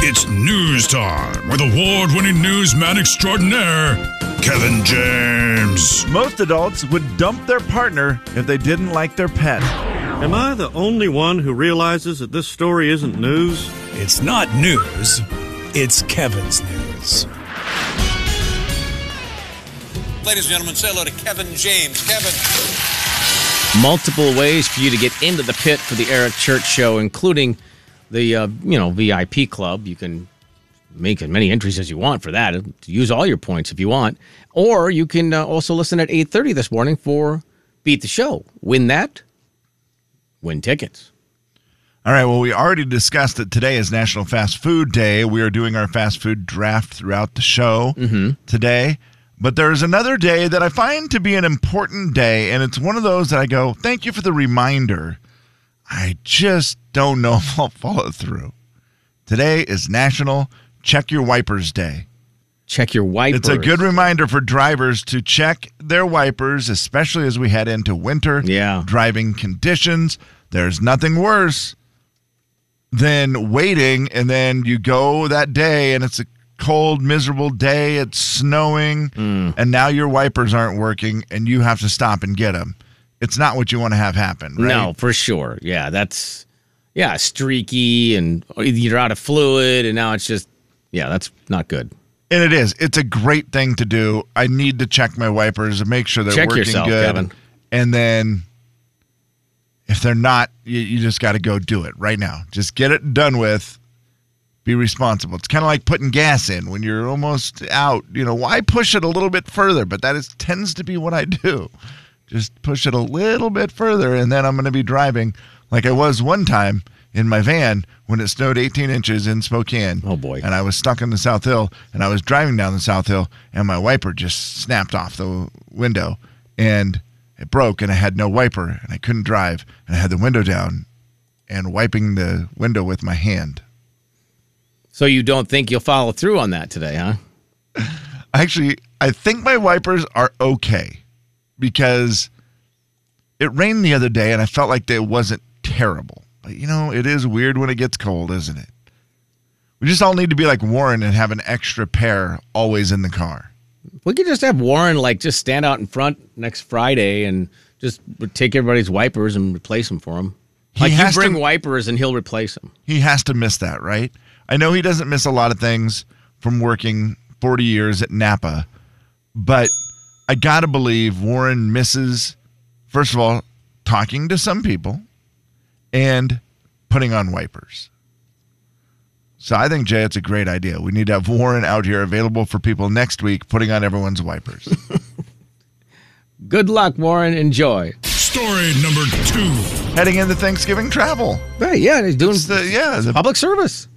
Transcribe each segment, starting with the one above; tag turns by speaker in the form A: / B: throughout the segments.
A: It's news time with award winning newsman extraordinaire, Kevin James.
B: Most adults would dump their partner if they didn't like their pet.
C: Am I the only one who realizes that this story isn't news?
D: It's not news, it's Kevin's news.
E: Ladies and gentlemen, say hello to Kevin James. Kevin.
F: multiple ways for you to get into the pit for the Eric Church Show, including the uh, you know VIP club. You can make as many entries as you want for that. Use all your points if you want, or you can uh, also listen at eight thirty this morning for Beat the Show. Win that, win tickets.
B: All right, well, we already discussed that today is National Fast Food Day. We are doing our fast food draft throughout the show today. But there's another day that I find to be an important day, and it's one of those that I go, thank you for the reminder. I just don't know if I'll follow through. Today is National Check Your Wipers Day.
F: Check your wipers.
B: It's a good reminder for drivers to check their wipers, especially as we head into winter
F: Yeah.
B: driving conditions. There's nothing worse than waiting and then you go that day and it's a cold, miserable day, it's snowing,
F: Hmm.
B: and now your wipers aren't working and you have to stop and get them. It's not what you want to have happen, right?
F: No, for sure. Yeah, that's yeah streaky, and you're out of fluid, and now it's just yeah, that's not good.
B: And it is. It's a great thing to do. I need to check my wipers and make sure they're
F: Check
B: working
F: yourself,
B: good.
F: Kevin.
B: And then if they're not, you, you just got to go do it right now. Just get it done with. Be responsible. It's kind of like putting gas in when you're almost out. You know, why push it a little bit further? But that is tends to be what I do. Just push it a little bit further, and then I'm going to be driving like I was one time in my van when it snowed 18 inches in Spokane.
F: Oh, boy.
B: And I was stuck in the South Hill, and I was driving down the South Hill, and my wiper just snapped off the window, and it broke, and I had no wiper, and I couldn't drive, and I had the window down, and wiping the window with my hand.
F: So you don't think you'll follow through on that today, huh?
B: Actually, I think my wipers are okay because it rained the other day and I felt like it wasn't terrible. But you know, it is weird when it gets cold, isn't it? We just all need to be like Warren and have an extra pair always in the car.
F: We could just have Warren like just stand out in front next Friday and just take everybody's wipers and replace them for him.
B: He
F: Like you
B: has to-
F: bring wipers and he'll replace them.
B: He has to miss that, right? I know he doesn't miss a lot of things from working 40 years at Napa, but I got to believe Warren misses, first of all, talking to some people and putting on wipers. So I think, Jay, it's a great idea. We need to have Warren out here available for people next week putting on everyone's wipers.
F: Good luck, Warren. Enjoy.
A: Story number two.
B: Heading into Thanksgiving travel.
F: Right? Yeah, he's doing
B: It's the, yeah, the,
F: public service.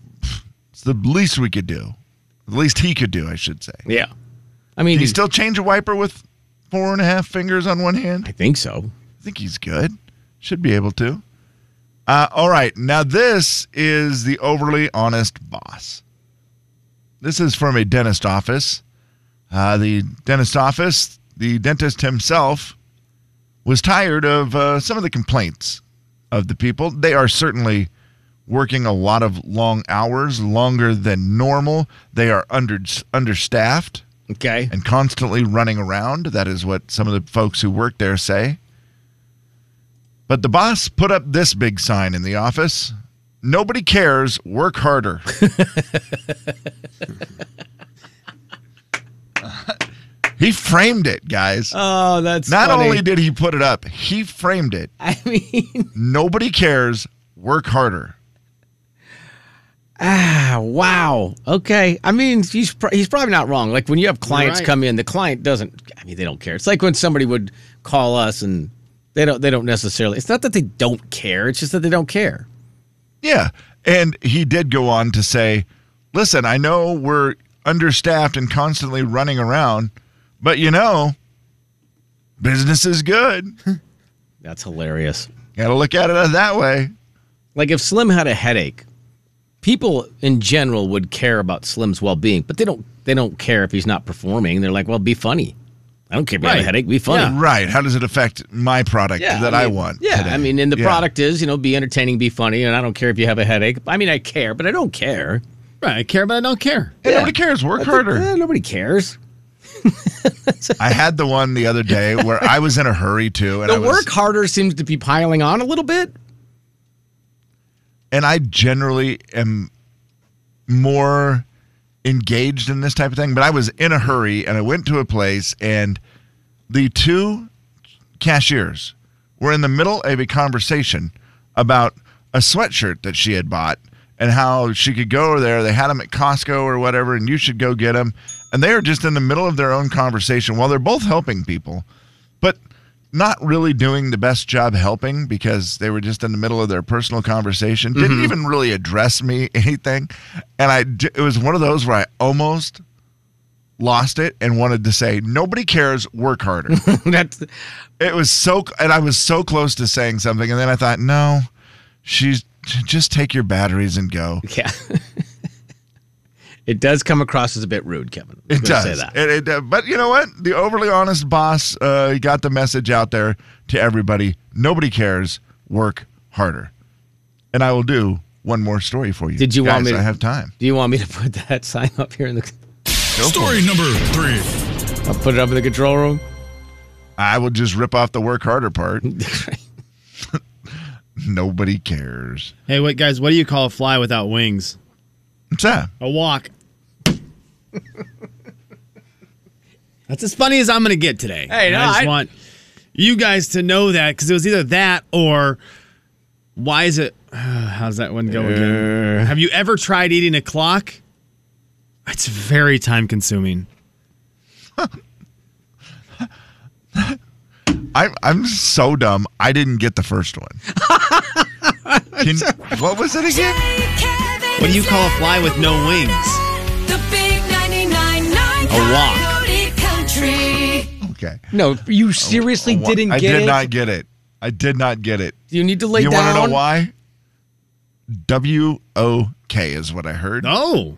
B: it's the least we could do. The least he could do, I should say.
F: Yeah, I mean,
B: Can he
F: he's
B: still change a wiper with four and a half fingers on one hand?
F: I think so.
B: I think he's good. Should be able to. Uh, all right. Now, this is the overly honest boss. This is from a dentist office. Uh, the dentist office, the dentist himself was tired of uh, some of the complaints of the people. They are certainly working a lot of long hours, longer than normal. They are under, understaffed
F: Okay.
B: and constantly running around. That is what some of the folks who work there say. But the boss put up this big sign in the office Nobody cares, work harder. he framed it, guys.
F: Oh, that's
B: Not
F: funny.
B: only did he put it up, he framed it.
F: I mean,
B: Nobody cares, work harder.
F: ah, wow. Okay. I mean, he's pr- he's probably not wrong. Like when you have clients
C: right.
F: come in, the client doesn't. I mean, they don't care. It's like when somebody would call us and they don't they don't necessarily. It's not that they don't care. It's just that they don't care.
B: Yeah. And he did go on to say, listen, I know we're understaffed and constantly running around, but you know, business is good.
F: That's hilarious.
B: Got to look at it that way.
F: Like if Slim had a headache, people in general would care about Slim's well-being, but they don't they don't care if he's not performing. They're like, "Well, be funny." I don't care if you have
B: Right.
F: a headache, be funny.
B: Right. How does it affect my product that I,
F: mean,
B: want?
F: Yeah,
B: today?
F: I mean, and the
B: Yeah.
F: product is, you know, be entertaining, be funny, and I don't care if you have a headache. I mean, I care, but I don't care. Right. I care, but I don't care.
B: Hey, nobody cares. Work harder.
G: Eh, nobody cares.
B: I had the one the other day where I was in a hurry too, and I
F: The
B: was,
F: work harder seems to be piling on a little bit.
B: and I generally am more engaged in this type of thing, but I was in a hurry and I went to a place and the two cashiers were in the middle of a conversation about a sweatshirt that she had bought and how she could go there. They had them at Costco or whatever, and you should go get them. And they are just in the middle of their own conversation while they're both helping people, but not really doing the best job helping because they were just in the middle of their personal conversation. Didn't even really address me anything. And I, d- it was one of those where I almost lost it and wanted to say, nobody cares, work harder.
F: That's
B: It was so, and I was so close to saying something, and then I thought, no, she's just take your batteries and go.
F: yeah. it does come across as a bit rude, Kevin. I'm
B: It
F: gonna
B: does.
F: Say that.
B: It, it, uh, but you know what? The overly honest boss uh, got the message out there to everybody. Nobody cares. Work harder. And I will do one more story for you.
F: Did you
B: Guys,
F: want me to-
B: I have time.
F: Do you want me to put that sign up here in the?
A: Story number three.
F: I'll put it up in the control room.
B: I will just rip off the work harder part. Nobody cares.
H: Hey, wait, guys, what do you call a fly without wings?
B: What's that?
H: A walk. That's as funny as I'm going to get today.
F: Hey,
H: And
F: no,
H: I just
F: I-
H: want you guys to know that because it was either that or why is it? how's that one go again? Have you ever tried eating a clock? It's very time consuming.
B: I, I'm so dumb. I didn't get the first one. Can, what was it again?
H: What do you call a fly with no wings?
I: The big 99.9
H: A walk.
I: Coyote Country.
B: Okay.
F: No, you seriously
B: Wha-
F: didn't
B: I
F: get
B: did
F: it.
B: not get it. I did not get it.
F: you need to lay
B: you
F: down.
B: want to know why? W O K is what I heard.
H: Oh,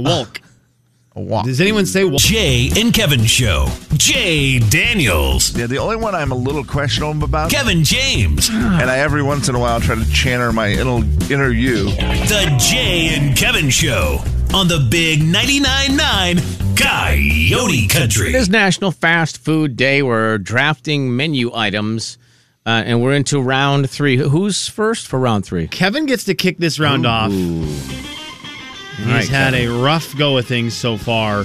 H: walk.
B: A walk.
H: Does anyone say walk?
D: Jay and Kevin Show. Jay Daniels.
B: Yeah, the only one I'm a little questionable about,
D: Kevin James.
B: and I every once in a while try to channel my inner, inner you.
D: The Jay and Kevin Show on the Big 99.9 9 Coyote Country.
F: It is National Fast Food Day. We're drafting menu items, uh, and we're into round three. Who's first for round three?
H: Kevin gets to kick this round off. He's
F: right,
H: had a rough go of things so far.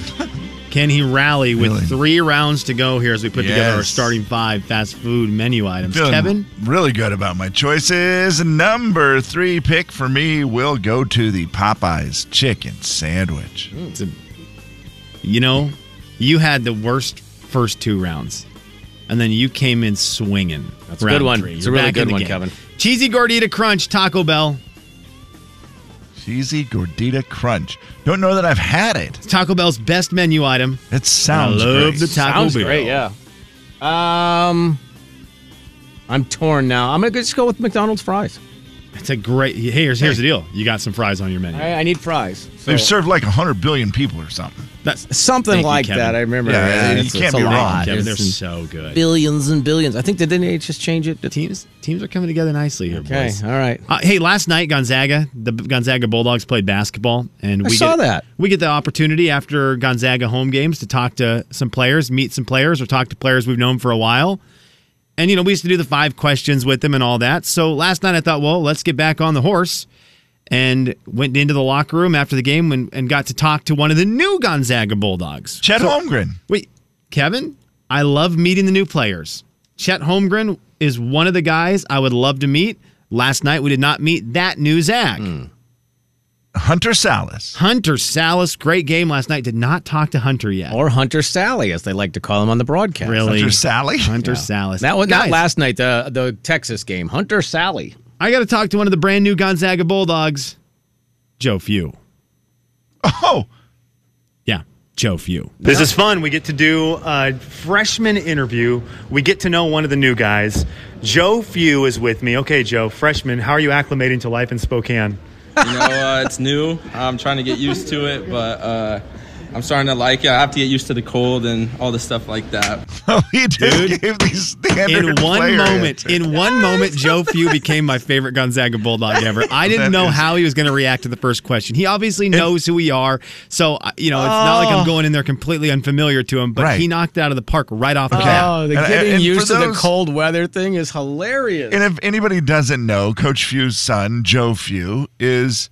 H: Can he rally with three rounds to go here as we put together our
B: Yes.
H: starting five fast food menu items?
B: Feeling
H: Kevin,
B: really good about my choices. Number three pick for me will go to the Popeyes chicken sandwich.
H: you know, you had the worst first two rounds, and then you came in swinging. That's
F: a good one. It's a really good one, Kevin.
H: Cheesy gordita crunch, Taco Bell.
B: Cheesy gordita crunch. Don't know that I've had it.
H: It's Taco Bell's best menu item.
B: It sounds
H: I love
B: great.
H: the Taco
F: Sounds
H: Bell.
F: great. Yeah. Um, I'm torn now. I'm gonna just go with McDonald's fries.
H: It's a great. Here's here's the deal. You got some fries on your menu.
F: I, I need fries. So-
B: They've served like 100 billion people or something.
H: That's
F: something
H: Thank you,
F: like
H: Kevin.
F: that. I remember.
B: Yeah, you
F: it's-
B: can't
F: it's a
B: be wrong,
F: lot.
H: Kevin, they're
F: It's
H: so good.
F: billions and billions. I think did they just change it? to-
H: teams teams are coming together nicely here,
F: Okay.
H: boys.
F: All right.
H: Uh, hey, last night Gonzaga, the B- Gonzaga Bulldogs played basketball, and
F: I
H: we
F: saw
H: get,
F: that.
H: We get the opportunity after Gonzaga home games to talk to some players, meet some players, or talk to players we've known for a while. And you know, we used to do the five questions with them and all that. So last night I thought, well, let's get back on the horse, and went into the locker room after the game and, and got to talk to one of the new Gonzaga Bulldogs.
B: Chet Holmgren.
H: Wait, Kevin, I love meeting the new players. Chet Holmgren is one of the guys I would love to meet. Last night we did not meet that new Zach.
F: Hmm.
B: Hunter Salas.
H: Hunter Salas, great game last night. Did not talk to Hunter yet.
F: Or Hunter Sally, as they like to call him on the broadcast.
H: really?
B: Hunter Sally.
H: Hunter Salas.
F: That was not
H: Guys,
F: last night. The the Texas game. Hunter Sally.
H: I got to talk to one of the brand new Gonzaga Bulldogs, Joe Few.
B: Oh,
H: Yeah, Joe Few.
J: This is fun. We get to do a freshman interview. We get to know one of the new guys. Joe Few is with me. Okay, Joe, freshman, how are you acclimating to life in Spokane?
K: You know, uh, it's new. I'm trying to get used to it, but uh,
G: I'm starting to like it. I have to get used to the cold and all the stuff like that.
B: he just gave these standard
H: In one
B: player
H: moment,
B: answers.
H: in one moment, Joe Few became my favorite Gonzaga Bulldog ever. I
B: That
H: didn't know
B: is-
H: how he was going to react to the first question. He obviously knows who we are, so uh, you know it's not like I'm going in there completely unfamiliar to him. But
B: Right.
H: he knocked it out of the park right off the bat.
F: Oh, the
B: And-
F: getting
B: and- and
F: used
B: for
F: to the
B: those-
F: cold weather thing is hilarious.
B: And if anybody doesn't know, Coach Few's son, Joe Few, is,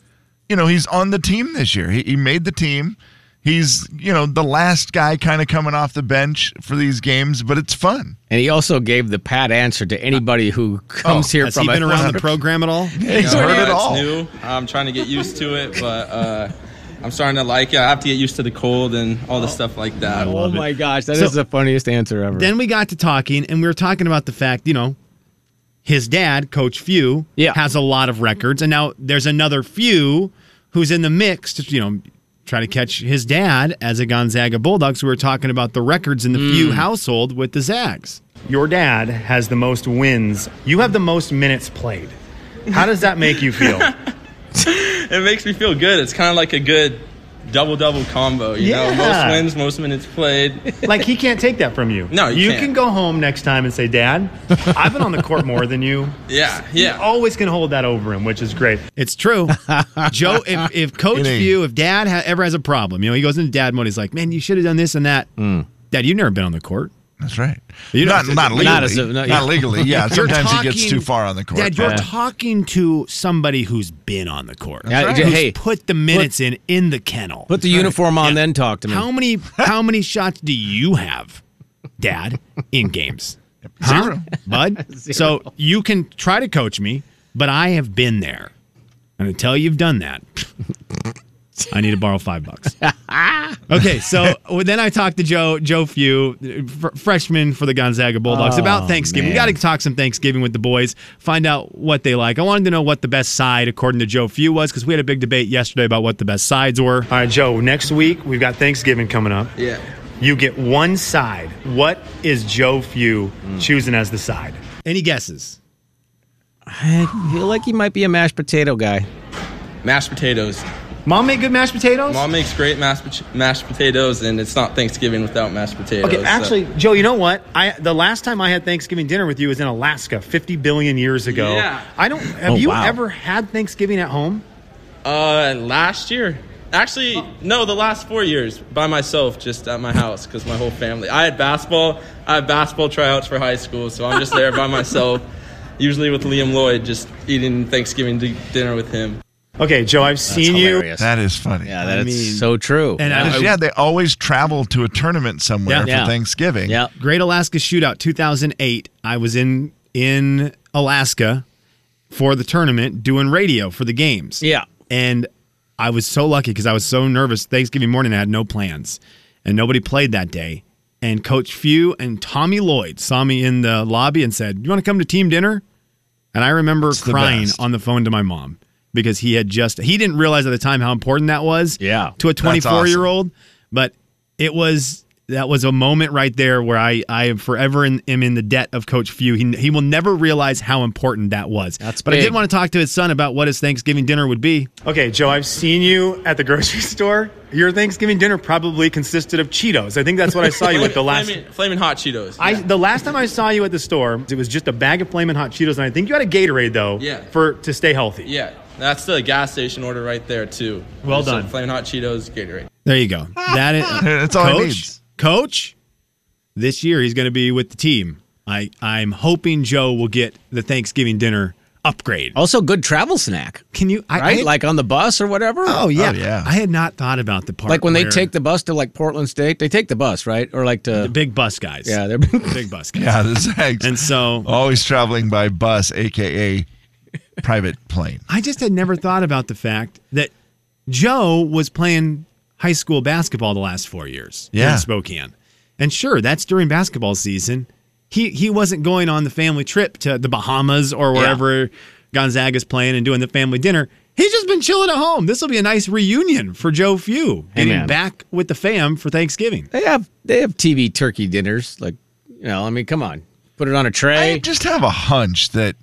B: you know, he's on the team this year. He, he made the team. He's, you know, the last guy kind of coming off the bench for these games, but it's fun.
F: And he also gave the pat answer to anybody who comes here
H: Oh, Has
F: from
H: he
F: a-
H: been around the program at all?
B: He's
G: You know,
B: heard it
G: it's
B: all.
G: new. I'm trying to get used to it, but uh, I'm starting to like it. I have to get used to the cold and all the stuff like that.
F: Oh my gosh, that is the
H: So-
F: funniest answer ever.
H: Then we got to talking, and we were talking about the fact, you know, his dad, Coach Few,
F: Yeah.
H: has a lot of records, and now there's another Few who's in the mix to, you know, try to catch his dad as a Gonzaga Bulldog. So we were talking about the records in the Few
G: Mm.
H: household with the Zags.
J: Your dad has the most wins. You have the most minutes played. How does that make you feel?
G: It makes me feel good. It's kind of like a good double double combo. You know,
J: Yeah.
G: most wins, most minutes played.
J: like he can't take that from you.
G: No, you can't.
J: can go home next time and say, "Dad, I've been on the court more than you."
G: Yeah,
J: You
G: yeah.
J: always can hold that over him, which is great.
H: It's true. Joe, if, if Coach
B: It ain't.
H: Few, if dad ha- ever has a problem, you know, he goes into dad mode, he's like, man, you should have done this and that.
B: Hmm.
H: Dad, you've never been on the court.
B: That's right.
H: You
B: not,
H: don't-
B: not legally.
F: not
B: Not,
F: as a- not- yeah.
B: legally. Yeah.
H: You're
B: Sometimes he gets
H: talking-
B: too far on the court.
H: Dad, you're talking to somebody who's been on the court.
F: Yeah,
B: right.
F: j-
H: who's
F: Hey, put,
H: put the minutes in in the kennel.
F: the uniform on, then talk to me.
H: how many how many shots do you have, Dad, in games?
B: Zero.
H: bud. So you can try to coach me, but I have been there, and until you've done that, I need to borrow five bucks. okay, so well, then I talked to Joe Joe Few, fr- freshman for the Gonzaga Bulldogs,
B: Oh,
H: about Thanksgiving. We got
F: man.
H: to talk some Thanksgiving with the boys, find out what they like. I wanted to know what the best side, according to Joe Few, was because we had a big debate yesterday about what the best sides were.
J: All right, Joe. Next week we've got Thanksgiving coming up.
G: Yeah.
J: You get one side. What is Joe Few
F: Mm.
J: choosing as the side?
H: Any guesses?
F: I feel like he might be a mashed potato guy.
G: Mashed potatoes.
J: Mom make good mashed potatoes.
G: Mom makes great mashed, pot- mashed potatoes, and it's not Thanksgiving without mashed potatoes.
J: Okay,
G: so-
J: actually, Joe, you know what? I the last time I had Thanksgiving dinner with you was in Alaska, 50 billion years ago.
G: Yeah.
J: I don't. Have
F: Oh,
J: you
F: wow.
J: ever had Thanksgiving at home?
G: Uh, last year. Actually,
J: Oh.
G: no, the last four years by myself, just at my house, because my whole family. I had basketball. I had basketball tryouts for high school, so I'm just there by myself. Usually with Liam Lloyd, just eating Thanksgiving di- dinner with him.
J: Okay, Joe, I've seen you.
F: Hilarious.
B: that is funny.
F: yeah, that's
H: mean-
F: so true.
H: And I-
B: That is- yeah, they always travel to a tournament somewhere
H: Yeah.
B: for
F: Yeah.
B: Thanksgiving. Oh,
F: yeah.
H: Great Alaska Shootout 2008. I was in in Alaska for the tournament doing radio for the games.
F: Yeah.
H: And I was so lucky because I was so nervous. Thanksgiving morning, I had no plans and nobody played that day. And Coach Few and Tommy Lloyd saw me in the lobby and said, You want to come to team dinner? And I remember
B: the
H: crying
B: best.
H: on the phone to my mom because he had just, he didn't realize at the time how important that was
F: Yeah.
H: to a
B: That's
H: 24 year old. But it was, that was a moment right there where I, I am forever in, am in the debt of Coach Few. He, he will never realize how important that was.
F: That's
H: but I
F: big.
H: did want to talk to his son about what his Thanksgiving dinner would be.
J: Okay, Joe, I've seen you at the grocery store. Your Thanksgiving dinner probably consisted of Cheetos. I think that's what I saw you at the last.
G: Flamin' flaming hot Cheetos.
J: I, the last time I saw you at the store, it was just a bag of flaming hot Cheetos, and I think you had a Gatorade though,
G: Yeah.
J: for to stay healthy.
G: yeah, that's the gas station order right there too.
J: Well
G: Just some
J: done.
G: Flaming hot Cheetos, Gatorade.
H: There you go. That is
B: That's all
H: coach,
B: he needs.
H: Coach, this year he's going to be with the team. I I'm hoping Joe will get the Thanksgiving dinner upgrade.
F: Also, good travel snack,
H: Can you? I,
F: right?
H: I-
F: like on the bus or whatever.
H: oh yeah.
B: Oh, yeah.
H: I had not thought about the part
F: like when they
H: where
F: take the bus to like Portland State, they take the bus, right? Or like to
H: the big bus guys.
F: yeah, they're
H: The big bus guys.
B: Yeah, the Zags.
H: And so
B: always traveling by bus, aka private plane.
H: I just had never thought about the fact that Joe was playing high school basketball the last four years here
B: Yeah.
H: in Spokane. And sure, that's during basketball season. He he wasn't going on the family trip to the Bahamas or wherever Gonzaga's playing and doing the family dinner. He's just been chilling at home. This will be a nice reunion for Joe Few
F: Hey,
H: getting
F: man.
H: back with the fam for Thanksgiving.
F: they have they have TV turkey dinners. Like you know, I mean, come on, put it on a tray.
B: I just have a hunch that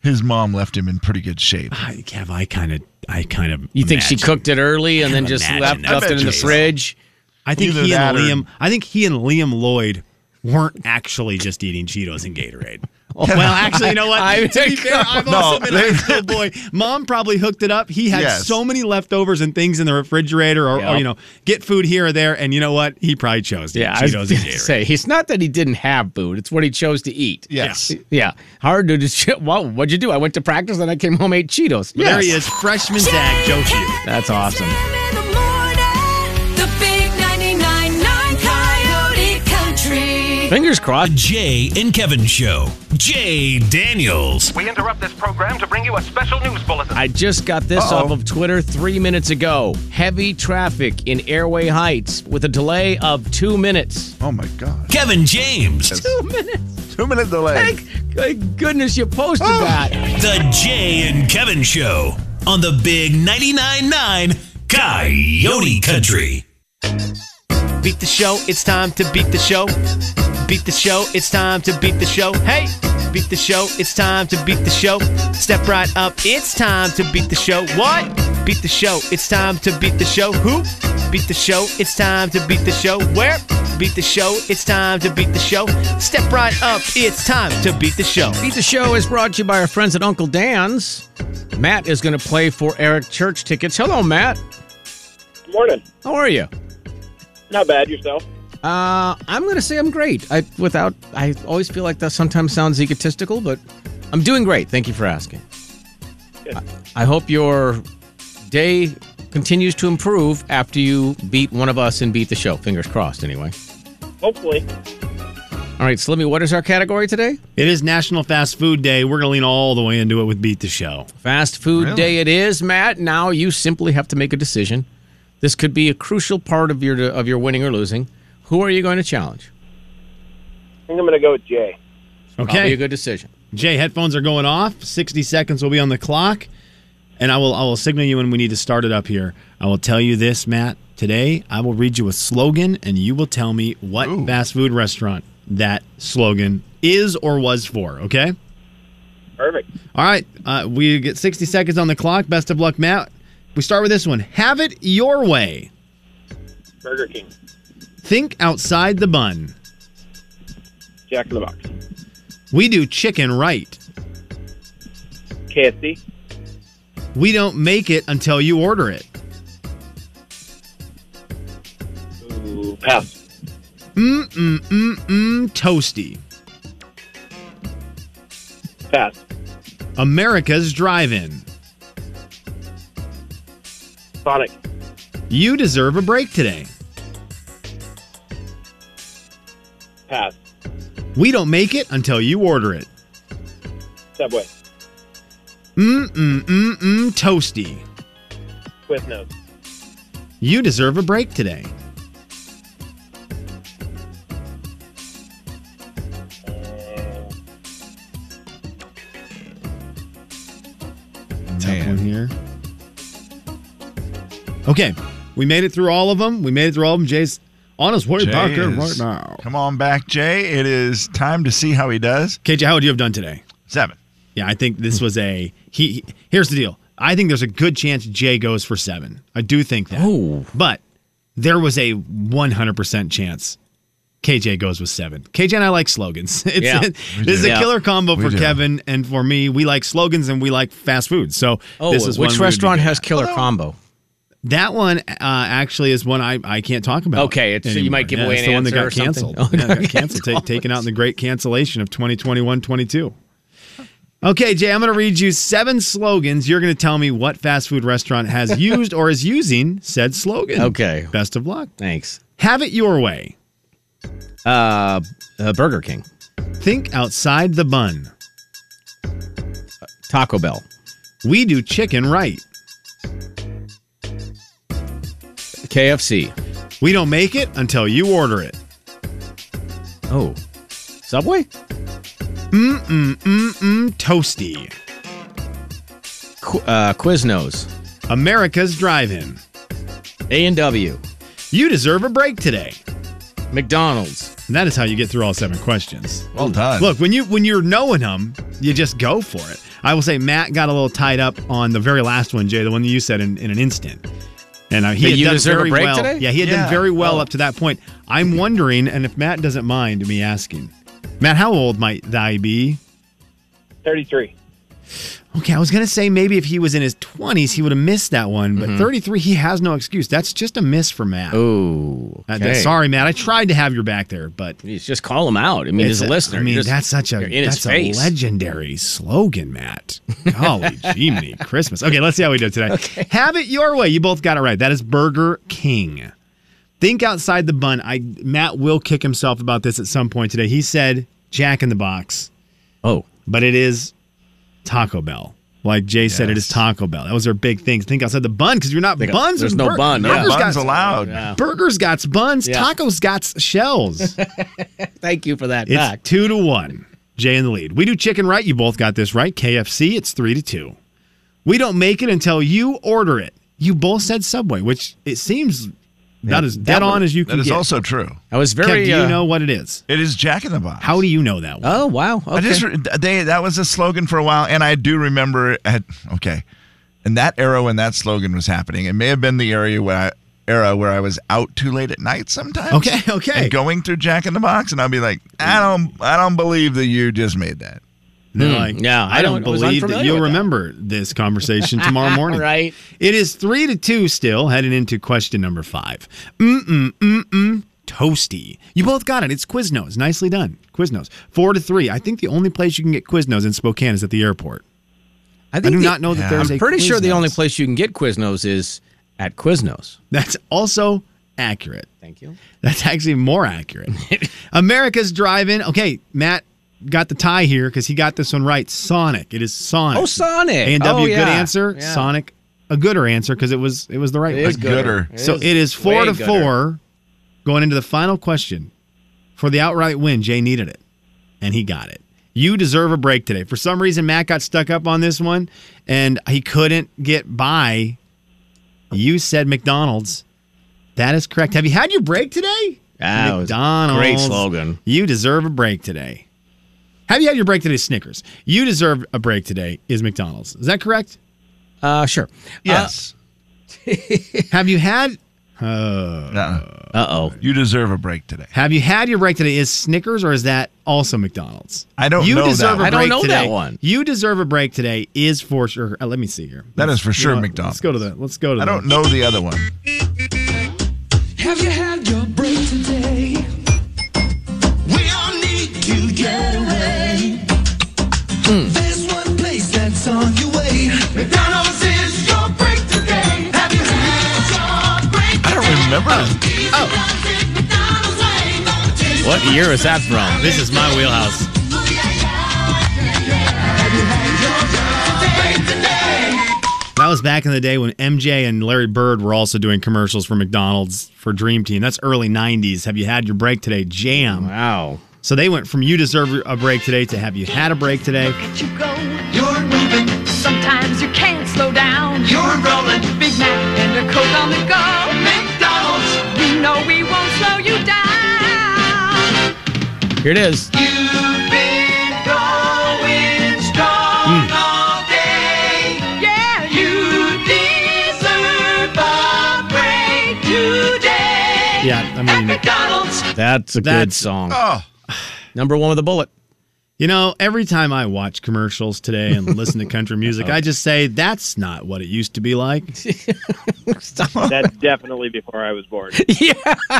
B: his mom left him in pretty good shape.
H: I, Kev, I kind of I kind of
F: you think she
H: imagine-
F: cooked it early and then just left,
H: Imagine that.
F: left it in the
B: Imagine.
F: fridge?
H: I think
B: Either
H: he
B: that
H: and
B: or-
H: Liam. I think he and Liam Lloyd weren't actually just eating Cheetos and Gatorade. well, actually, you know what?
F: Oh. I-
H: to be fair, I've also
B: No,
H: been a high
B: they-
H: school boy. Mom probably hooked it up. He had
B: Yes.
H: so many leftovers and things in the refrigerator, or, or
F: Yep.
H: you know, get food here or there. And you know what? He probably chose to
F: Yeah, I
H: eat
F: was
H: Cheetos and
F: gonna
H: Gatorade.
F: say it's not that he didn't have food; it's what he chose to eat.
B: Yes.
F: yeah. Hard to just. Well, what'd you do? I went to practice, and I came home ate Cheetos.
H: But There
F: Yes.
H: he is, freshman Zach Joe Hugh.
F: That's awesome.
I: In the morning, the big 99.9 Coyote Country.
F: Fingers crossed.
D: Jay and Kevin Show. Jay Daniels.
K: We interrupt this program to bring you a special news bulletin.
F: I just got this
B: Uh-oh.
F: off of Twitter three minutes ago. Heavy traffic in Airway Heights with a delay of two minutes.
B: Oh my God.
D: Kevin James.
F: Two minutes?
B: Two minute delay.
F: Thank thank goodness you posted
B: Oh.
F: that.
D: The Jay and Kevin Show on the Big 99.9 Coyote Country.
H: Beat the show, it's time to beat the show. Beat the show, it's time to beat the show. Hey! Beat the show, it's time to beat the show. Step right up, it's time to beat the show. What? Beat the show, it's time to beat the show. Who? Beat the show, it's time to beat the show. Where? Beat the show, it's time to beat the show. Step right up, it's time to beat the show.
F: Beat the Show is brought to you by our friends at Uncle Dan's. Matt is going to play for Eric Church tickets. Hello, Matt.
K: Morning.
F: How are you?
K: Not bad yourself.
F: Uh, I'm gonna say I'm great. I without I always feel like that sometimes sounds egotistical, but I'm doing great. Thank you for asking. I, I hope your day continues to improve after you beat one of us and beat the show. Fingers crossed, anyway.
K: Hopefully.
F: All right, Slimmy, what is our category today?
H: It is National Fast Food Day. We're going to lean all the way into it with Beat the Show.
F: Fast food
B: Really?
F: day it is, Matt. Now you simply have to make a decision. This could be a crucial part of your of your winning or losing. Who are you going to challenge?
K: I think I'm going to go with Jay.
F: Probably a good decision.
H: Jay, headphones are going off. 60 seconds will be on the clock. And I will I will signal you when we need to start it up here. I will tell you this, Matt. Today I will read you a slogan and you will tell me what fast food restaurant that slogan is or was for, okay?
K: Perfect.
H: All right. Uh, we get 60 seconds on the clock. Best of luck, Matt. We start with this one. Have it your way.
K: Burger King.
H: Think outside the bun.
K: Jack in the Box.
H: We do chicken right.
K: KFC.
H: We don't make it until you order it.
K: Ooh, pass.
H: Mm, toasty.
K: Pass.
H: America's Drive In.
K: Sonic.
H: You deserve a break today.
K: Pass.
H: We don't make it until you order it.
K: Subway.
H: Mm-mm-mm-mm toasty.
K: Twist Nose.
H: You deserve a break today. Tough one here. Okay, we made it through all of them. We made it through all of them. Jay's on his way
B: Jay
H: back in right
B: is-
H: now.
B: Come on back, Jay. It is time to see how he does.
H: KJ, how would you have done today?
B: Seven.
H: Yeah, I think this was a he, he- Here's the deal. I think there's a good chance Jay goes for seven. I do think that.
F: Oh.
H: but there was a 100% chance KJ goes with seven. KJ and I like slogans. It's,
F: Yeah.
H: this is
F: do.
H: a killer combo
B: We
H: for
B: do.
H: Kevin and for me. We like slogans and we like fast food. So
F: Oh,
H: this is one we
F: which
H: would be
F: restaurant
H: good
F: has
H: at.
F: killer combo?
H: that one? Uh, actually, is one I, I can't talk about.
F: Okay, it's- so you might give
H: Yeah,
F: away
H: it's
F: an
H: the one that
F: answer
H: got
F: or something. Oh,
H: canceled. Yeah, it got
F: Okay.
H: canceled, ta- taken out in the great cancellation of 2021-22. Okay, Jay, I'm going to read you seven slogans. You're going to tell me what fast food restaurant has used or is using said slogan.
F: Okay.
H: Best of luck.
F: Thanks.
H: Have it your way.
F: Uh, uh, Burger King,
H: Think outside the bun.
F: Taco Bell,
H: We do chicken right.
F: KFC.
H: We don't make it until you order it.
F: Oh, Subway,
H: Mm-mm-mm-mm Mm, toasty.
F: Qu- uh, Quiznos,
H: America's drive-in.
F: A and W,
H: You deserve a break today.
F: McDonald's.
H: And that is how you get through all seven questions.
B: Well done.
H: Look, when you when you're knowing them, you just go for it. I will say Matt got a little tied up on the very last one, Jay, the one that you said in, in an instant. And uh, he
F: That
H: had
F: you
H: done
F: deserve a
H: very
F: break
H: well.
F: today?
H: Yeah, he had
F: Yeah.
H: done very well up to that point. I'm wondering, and if Matt doesn't mind me asking, Matt, how old might thy be?
K: 33.
H: Okay, I was gonna say maybe if he was in his 20s, he would have missed that one. But
F: Mhm.
H: 33, he has no excuse. That's just a miss for Matt.
F: Oh,
H: Uh, th- sorry, Matt. I tried to have your back there, but
F: just call him out. I mean,
H: It's
F: as a
H: a-
F: listener,
H: I mean,
F: you're just-
H: that's such a
F: you're in his
H: that's a
F: face.
H: legendary slogan, Matt. Golly, gee, Christmas. Okay, let's see how we do today. Have it your way. You both got it right. That is Burger King. Think outside the bun. I Matt will kick himself about this at some point today. He said Jack in the Box.
F: Oh,
H: but it is Taco Bell. Like Jay said, it is Taco Bell. That was their big thing. Think outside the bun because you're not
F: Think-
H: buns.
F: there's
H: and
F: no
H: bur-
F: bun, yeah.
H: Burgers
F: Buns
H: got-
F: allowed. Yeah.
H: Burgers got buns.
F: Yeah.
H: Tacos got shells.
F: Thank you for that.
H: It's
F: back.
H: two to one. Jay in the lead. We do chicken right. You both got this right. KFC, it's three to two. We don't make it until you order it. You both said Subway, which it seems about as dead on as you can
B: That is
H: get.
B: also uh, true.
F: I was uh,
H: Kev, do you know what it is?
B: It is Jack in the Box.
H: How do you know that one?
F: Oh wow!
B: I just re- they that was a slogan for a while, and I do remember. it Had, okay, and that era when that slogan was happening, it may have been the area where I, era where I was out too late at night sometimes.
H: Okay, okay.
B: and going through Jack in the Box, and I'll be like, I don't, I don't believe that you just made that.
H: They're
B: Hmm,
H: like,
B: yeah,
H: I,
B: I
H: don't
B: don't- I was
H: believe that
B: unfamiliar
H: you'll
B: with that."
H: remember this conversation tomorrow morning.
F: right.
H: It is three to two still, heading into question number five. Mm-mm, mm-mm, toasty. You both got it. It's Quiznos. Nicely done. Quiznos. Four to three. I think the only place you can get Quiznos in Spokane is at the airport. I, do
F: the-
H: not know that there's
F: I'm
H: a
F: pretty sure the
H: Quiznos.
F: only place you can get Quiznos is at Quiznos.
H: That's also accurate.
F: Thank you.
H: That's actually more accurate. America's driving. Okay, Matt got the tie here because he got this one right. Sonic. It is Sonic.
F: Oh, Sonic.
H: A and
F: Oh,
H: W. Good
F: yeah.
H: answer.
F: Yeah.
H: Sonic. A gooder answer because it was it was the right
F: It
H: one.
F: is A gooder. gooder. It
H: So
F: is
H: it is four
F: way
H: to
F: gooder.
H: four, going into the final question. For the outright win, Jay needed it, and he got it. You deserve a break today. For some reason, Matt got stuck up on this one, and he couldn't get by. You said McDonald's. That is correct. Have you had your break today?
F: Ah, it was a great slogan.
H: You deserve a break today. Have you had your break today? Snickers. You deserve a break today. Is McDonald's? Is that correct?
F: Uh, sure.
B: Yes.
H: have you had? Uh
F: oh.
B: You deserve a break today.
H: Have you had your break today? Is Snickers or is that also McDonald's?
B: I don't
H: you
B: know that
H: deserve
B: one.
H: A
B: I don't
H: break
B: know
H: today.
B: that one.
H: You deserve a break today. Is for sure. uh, let me see here.
B: That is for
H: You
B: sure
H: know what? Let's
B: McDonald's.
H: go to the. Let's go to.
B: I
H: the-
B: don't know the other one.
I: Have you had your break today? We all need to get away.
D: Hmm.
I: There's one place that's on your way. McDonald's is your break today. Have you had your break?
B: I don't remember.
F: What year is that from?
H: This is my wheelhouse. That was back in the day when MJ and Larry Bird were also doing commercials for McDonald's for Dream Team. That's early 90s. Have you had your break today? Jam.
F: Wow.
H: So they went from you deserve a break today to have you had a break today.
I: You go, you're moving. Sometimes you can't slow down. You're rolling. Big Mac and a Coke on the go. McDonald's. We know we won't slow you down.
F: Here it is.
I: You've been going strong
F: Mm.
I: all day. Yeah. You deserve a break today.
H: Yeah, I mean-
I: At McDonald's.
F: That's a good
H: That's-
F: song.
B: Oh.
F: Number one with a bullet.
H: You know, every time I watch commercials today and listen to country music, I just say that's not what it used to be like.
K: That's definitely before I was born.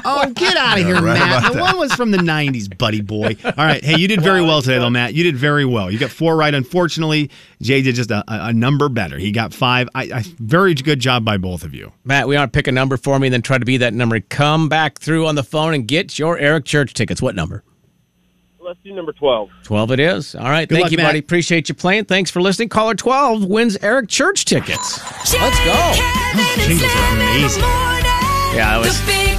H: Oh, get out of here,
K: You're right
H: Matt.
K: about
H: The
K: that.
H: one was from the 90s, buddy boy. All right. Hey, you did very well today, though, Matt. You did very well. You got four right. Unfortunately, Jay did just a, a a number better. He got five. I, I Very good job by both of you.
F: Matt, we want to pick a number for me and then try to be that number. Come back through on the phone and get your Eric Church tickets. What number?
K: Let's do number 12.
F: 12 it is. All right.
K: Good
F: Thank
K: luck,
F: you,
K: Matt.
F: buddy. Appreciate you playing. Thanks for listening. Caller 12 wins Eric Church tickets. Let's go.
H: Those jingles are amazing.
F: Yeah, that was.
I: Big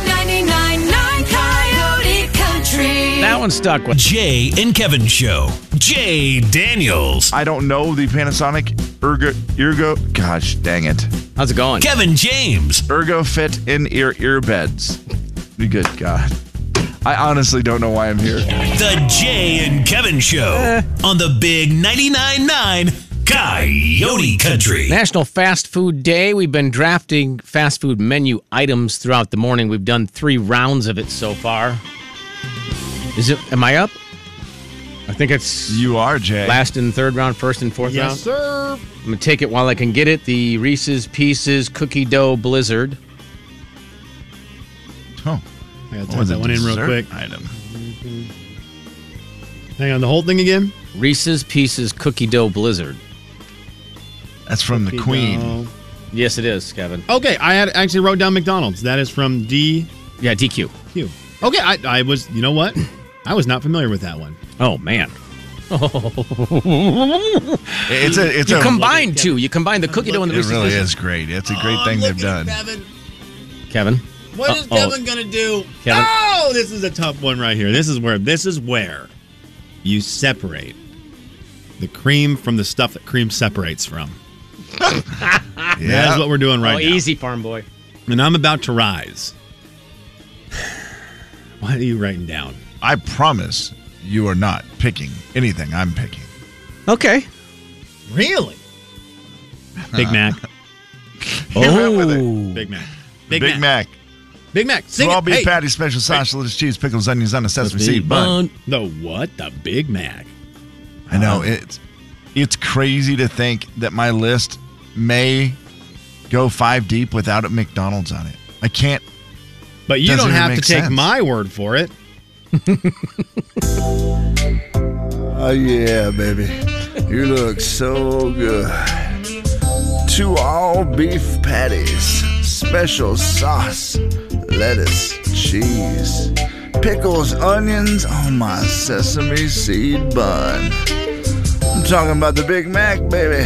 I: 99.9 Coyote Country.
F: That one stuck with
D: Jay and Kevin Show. Jay Daniels.
B: I don't know the Panasonic Ergo Ergo. Gosh, dang it!
F: How's it going?
D: Kevin James.
B: Ergo Fit in ear earbuds. Good God, I honestly don't know why I'm here.
D: The Jay and Kevin Show on the Big 99.9 9 Coyote Country.
F: National Fast Food Day. We've been drafting fast food menu items throughout the morning. We've done three rounds of it so far. Is it? Am I up? I think it's
B: you are Jay.
F: Last and third round, first and fourth round.
H: sir.
F: I'm gonna take it while I can get it. The Reese's Pieces cookie dough blizzard.
B: Oh,
H: I gotta
B: What
H: type
B: was
H: that
B: a
H: one in real
B: dessert
H: quick.
B: Item.
H: Hang on, the whole thing again.
F: Reese's Pieces cookie dough blizzard.
B: That's from the Queen.
H: No.
F: Yes, it is, Kevin.
H: Okay, I had actually wrote down McDonald's. That is from DQ.
F: Yeah, DQ.
H: Okay, I, I was. You know what? I was not familiar with that one.
F: Oh man.
B: It's a it's
F: You
B: a
F: combine two. You combine the cookie dough and the
B: It
F: Reese's
B: really
F: Pieces.
B: is great. It's a great
H: Oh,
B: thing they've done.
H: Kevin.
F: Kevin.
H: What is
F: Uh-oh.
H: Kevin gonna do?
F: Kevin.
H: Oh, this is a tough one right here. This is where this is where you separate the cream from the stuff that cream separates from. That is
B: Yeah.
H: what we're doing right
F: oh,
H: now.
F: easy, farm boy.
H: And I'm about to rise. Why are you writing down?
B: I promise you are not picking anything I'm picking.
F: Okay.
H: Really? Big Mac.
B: went with it.
H: Big Mac.
B: Big, Mac.
H: Big Mac. Sing
B: Raw
H: it.
B: beef
H: Hey.
B: patty, special sauce, lettuce, cheese, pickles, onions on a sesame seed bun.
H: The what? The Big Mac.
B: I know it's it's crazy to think that my list may go five deep without a McDonald's on it. I can't.
H: But you
B: Doesn't
H: don't
B: even
H: have to
B: make
H: take
B: sense.
H: my word for it.
L: Oh, yeah, baby. You look so good. Two all beef patties, special sauce, lettuce, cheese, pickles, onions on my sesame seed bun. I'm talking about the Big Mac, baby.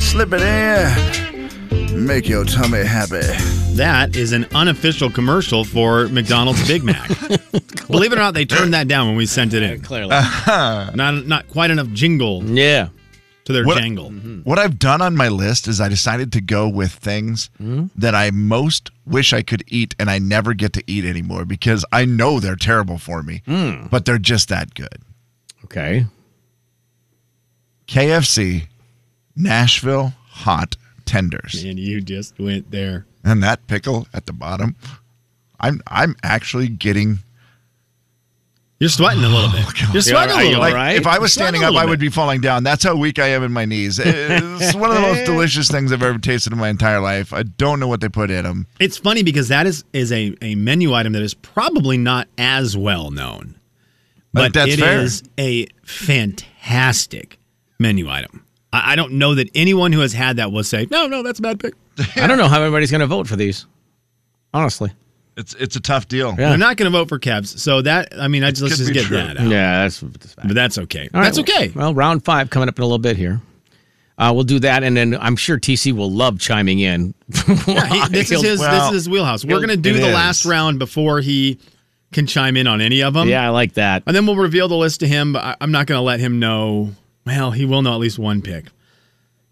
L: Slip it in. Make your tummy happy.
H: That is an unofficial commercial for McDonald's Big Mac. Believe it or not, they turned that down when we sent it in.
F: Clearly.
H: Not not quite enough jingle
F: yeah.
H: to their
B: What-
H: jangle.
B: What I've done on my list is I decided to go with things
H: Hmm?
B: that I most wish I could eat and I never get to eat anymore because I know they're terrible for me,
H: Hmm.
B: but they're just that good.
F: Okay.
B: KFC, Nashville hot tenders.
H: And you just went there.
B: and that pickle at the bottom. I'm I'm actually getting
H: You're sweating a little bit. You're sweating
F: Are
H: a
F: you
H: little
F: all
H: bit.
F: right?
B: if I was standing
H: Sweat a
B: up, I
H: little
B: would be falling down. That's how weak I am in my knees. It's one of the most delicious things I've ever tasted in my entire life. I don't know what they put in them.
H: It's funny because that is is a, a menu item that is probably not as well known.
B: But
H: But
B: that's
H: it
B: fair.
H: is a fantastic menu item. I, I don't know that anyone who has had that will say, no, no, that's a bad pick.
F: I don't know how everybody's going to vote for these. Honestly.
B: It's it's a tough deal.
F: Yeah.
H: They're not going to vote for Kevs. So that, I mean, I just, let's
B: could
H: just
B: be
H: get
B: true.
H: that out.
F: Yeah, that's, that's bad.
H: But that's okay.
F: All right,
H: that's okay.
F: Well, round five coming up in a little bit here. Uh, we'll do that, and then I'm sure TC will love chiming in.
H: He- this is
F: He'll-
H: his
B: well,
H: this is his wheelhouse. We're gonna do
B: it
H: the
B: is.
H: last round before he can chime in on any of them.
F: Yeah, I like that.
H: and then we'll reveal the list to him. But I, I'm not gonna let him know. Well, he will know at least one pick.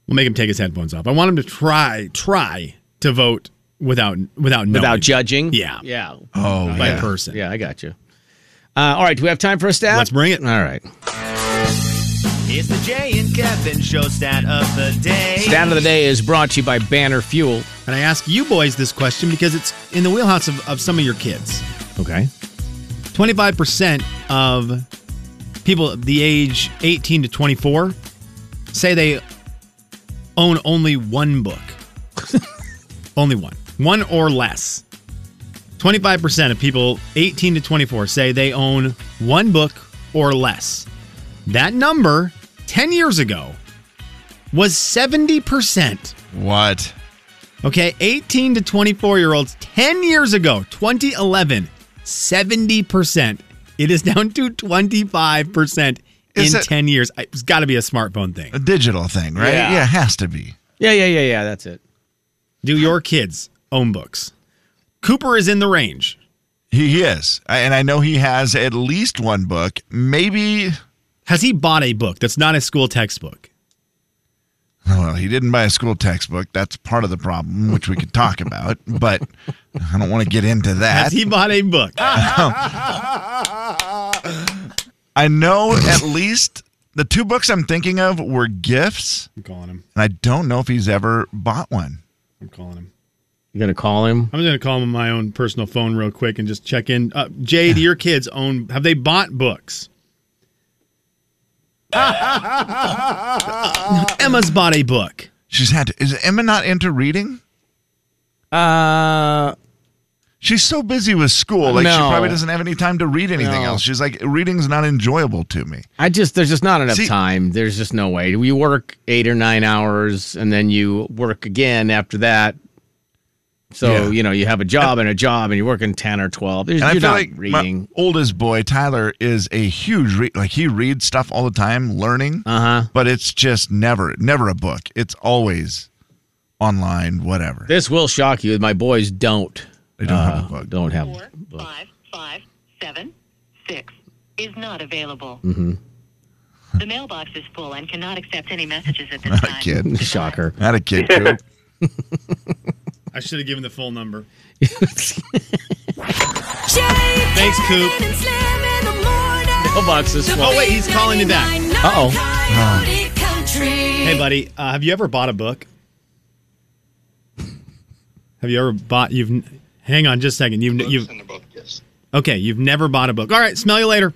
H: We'll make him take his headphones off. I want him to try try to vote without without knowing.
F: Without judging.
H: Yeah.
F: Yeah.
B: Oh,
H: by
B: yeah.
H: person.
F: Yeah, I got you. Uh, all right, do we have time for a stat?
H: Let's bring it.
F: All right.
I: It's the Jay and Kevin show stat of the day.
F: Stat of the day is brought to you by Banner Fuel.
H: And I ask you boys this question because it's in the wheelhouse of, of some of your kids.
F: Okay.
H: 25% of people the age 18 to 24 say they own only one book. only one. One or less. 25% of people 18 to 24 say they own one book or less. That number 10 years ago was 70%.
B: What?
H: Okay, 18 to 24 year olds 10 years ago, 2011, 70%. It is down to 25%
B: Is
H: in
B: it-
H: 10 years. I- It's got to be a smartphone thing.
B: A digital thing, right?
F: Yeah.
B: Yeah, it has to be.
F: Yeah, yeah, yeah, yeah. That's it.
H: Do your kids own books? Cooper is in the range.
B: He he is. I- And I know he has at least one book. Maybe
H: Has he bought a book that's not a school textbook?
B: well, he didn't buy a school textbook. That's part of the problem, which we could talk about, but I don't want to get into that.
H: Has he bought a
B: Ah.
H: book?
B: I know at least the two books I'm thinking of were gifts.
H: I'm calling him.
B: And I don't know if he's ever bought one.
H: I'm calling him.
F: You gonna call him?
H: I'm gonna call him on my own personal phone real quick and just check in. Uh, Jay, do your kids own? Have they bought books? Emma's bought a book.
B: She's had to. Is Emma not into reading?
F: Uh,
B: she's so busy with school. Like she
F: No.
B: probably doesn't have any time to read anything
F: No.
B: else. She's like, reading's not enjoyable to me.
F: I just there's just not enough
B: See-
F: time. There's just no way. You work eight or nine hours, and then you work again after that. So
B: Yeah.
F: you know you have a job and a job, and you're working ten or twelve. You're,
B: And I
F: you're
B: feel
F: not
B: like my
F: reading.
B: oldest boy Tyler is a huge re- like he reads stuff all the time, learning.
F: Uh huh.
B: But it's just never never a book. It's always online, whatever.
F: This will shock you. My boys don't.
B: They don't have a
F: book. Uh, Don't have. a book.
M: Is not available.
F: Mm-hmm.
M: The mailbox is full and cannot accept any messages at this time.
B: Kid,
F: shocker.
B: Not a kid. Coop.
H: I should have given the full number.
I: Thanks,
H: Coop.
F: Mailbox is
H: Oh wait, he's calling you back.
F: Uh Uh-huh.
H: Hey, buddy, uh, have you ever bought a book? Have you ever bought? You've hang on just a second. You've you've okay. You've never bought a book. All right, smell you later.